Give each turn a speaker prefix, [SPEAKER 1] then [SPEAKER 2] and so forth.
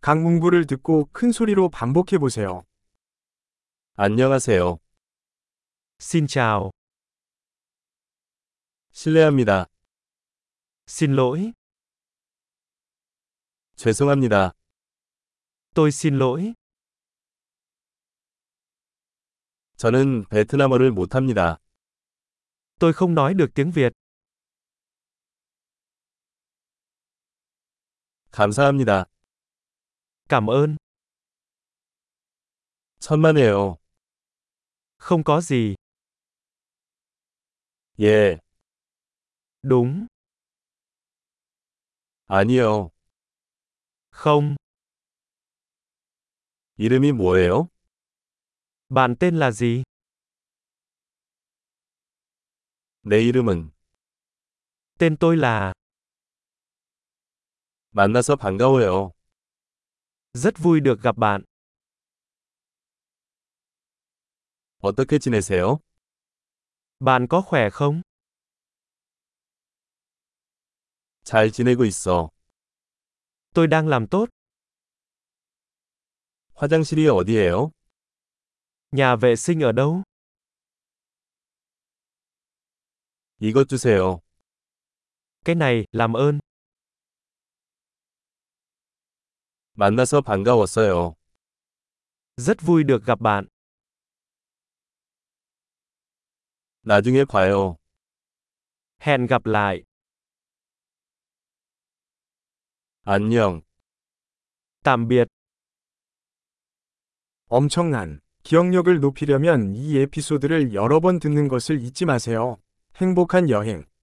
[SPEAKER 1] 각 문구를 듣고 큰 소리로 반복해 보세요.
[SPEAKER 2] 안녕하세요.
[SPEAKER 3] Xin chào,
[SPEAKER 2] 실례합니다.
[SPEAKER 3] xin lỗi,
[SPEAKER 2] 죄송합니다.
[SPEAKER 3] tôi xin lỗi,
[SPEAKER 2] 저는 베트남어를 못합니다.
[SPEAKER 3] tôi không nói được tiếng Việt,
[SPEAKER 2] 감사합니다.
[SPEAKER 3] cảm ơn,
[SPEAKER 2] 천만에요.
[SPEAKER 3] không có gì,
[SPEAKER 2] 예,
[SPEAKER 3] đúng,
[SPEAKER 2] 아니요.
[SPEAKER 3] không,
[SPEAKER 2] 이름이 뭐예요?
[SPEAKER 3] bạn tên là gì?
[SPEAKER 2] 내 이름은
[SPEAKER 3] Tên tôi là,
[SPEAKER 2] 만나서 반가워요.
[SPEAKER 3] rất vui được gặp bạn,
[SPEAKER 2] 어떻게 지내세요?
[SPEAKER 3] bạn có khỏe không?
[SPEAKER 2] 잘 지내고 있어.
[SPEAKER 3] Tôi đang làm tốt,
[SPEAKER 2] 화장실이 어디예요?
[SPEAKER 3] nhà vệ sinh ở đâu?
[SPEAKER 2] 이것 주세요.
[SPEAKER 3] Cái này, làm ơn,
[SPEAKER 2] 만나서 반가웠어요.
[SPEAKER 3] rất vui được gặp bạn,
[SPEAKER 2] 나중에 봐요.
[SPEAKER 3] hẹn gặp lại,
[SPEAKER 2] 안녕.
[SPEAKER 3] tạm biệt.
[SPEAKER 1] 엄청난 기억력을 높이려면 이 에피소드를 여러 번 듣는 것을 잊지 마세요. 행복한 여행.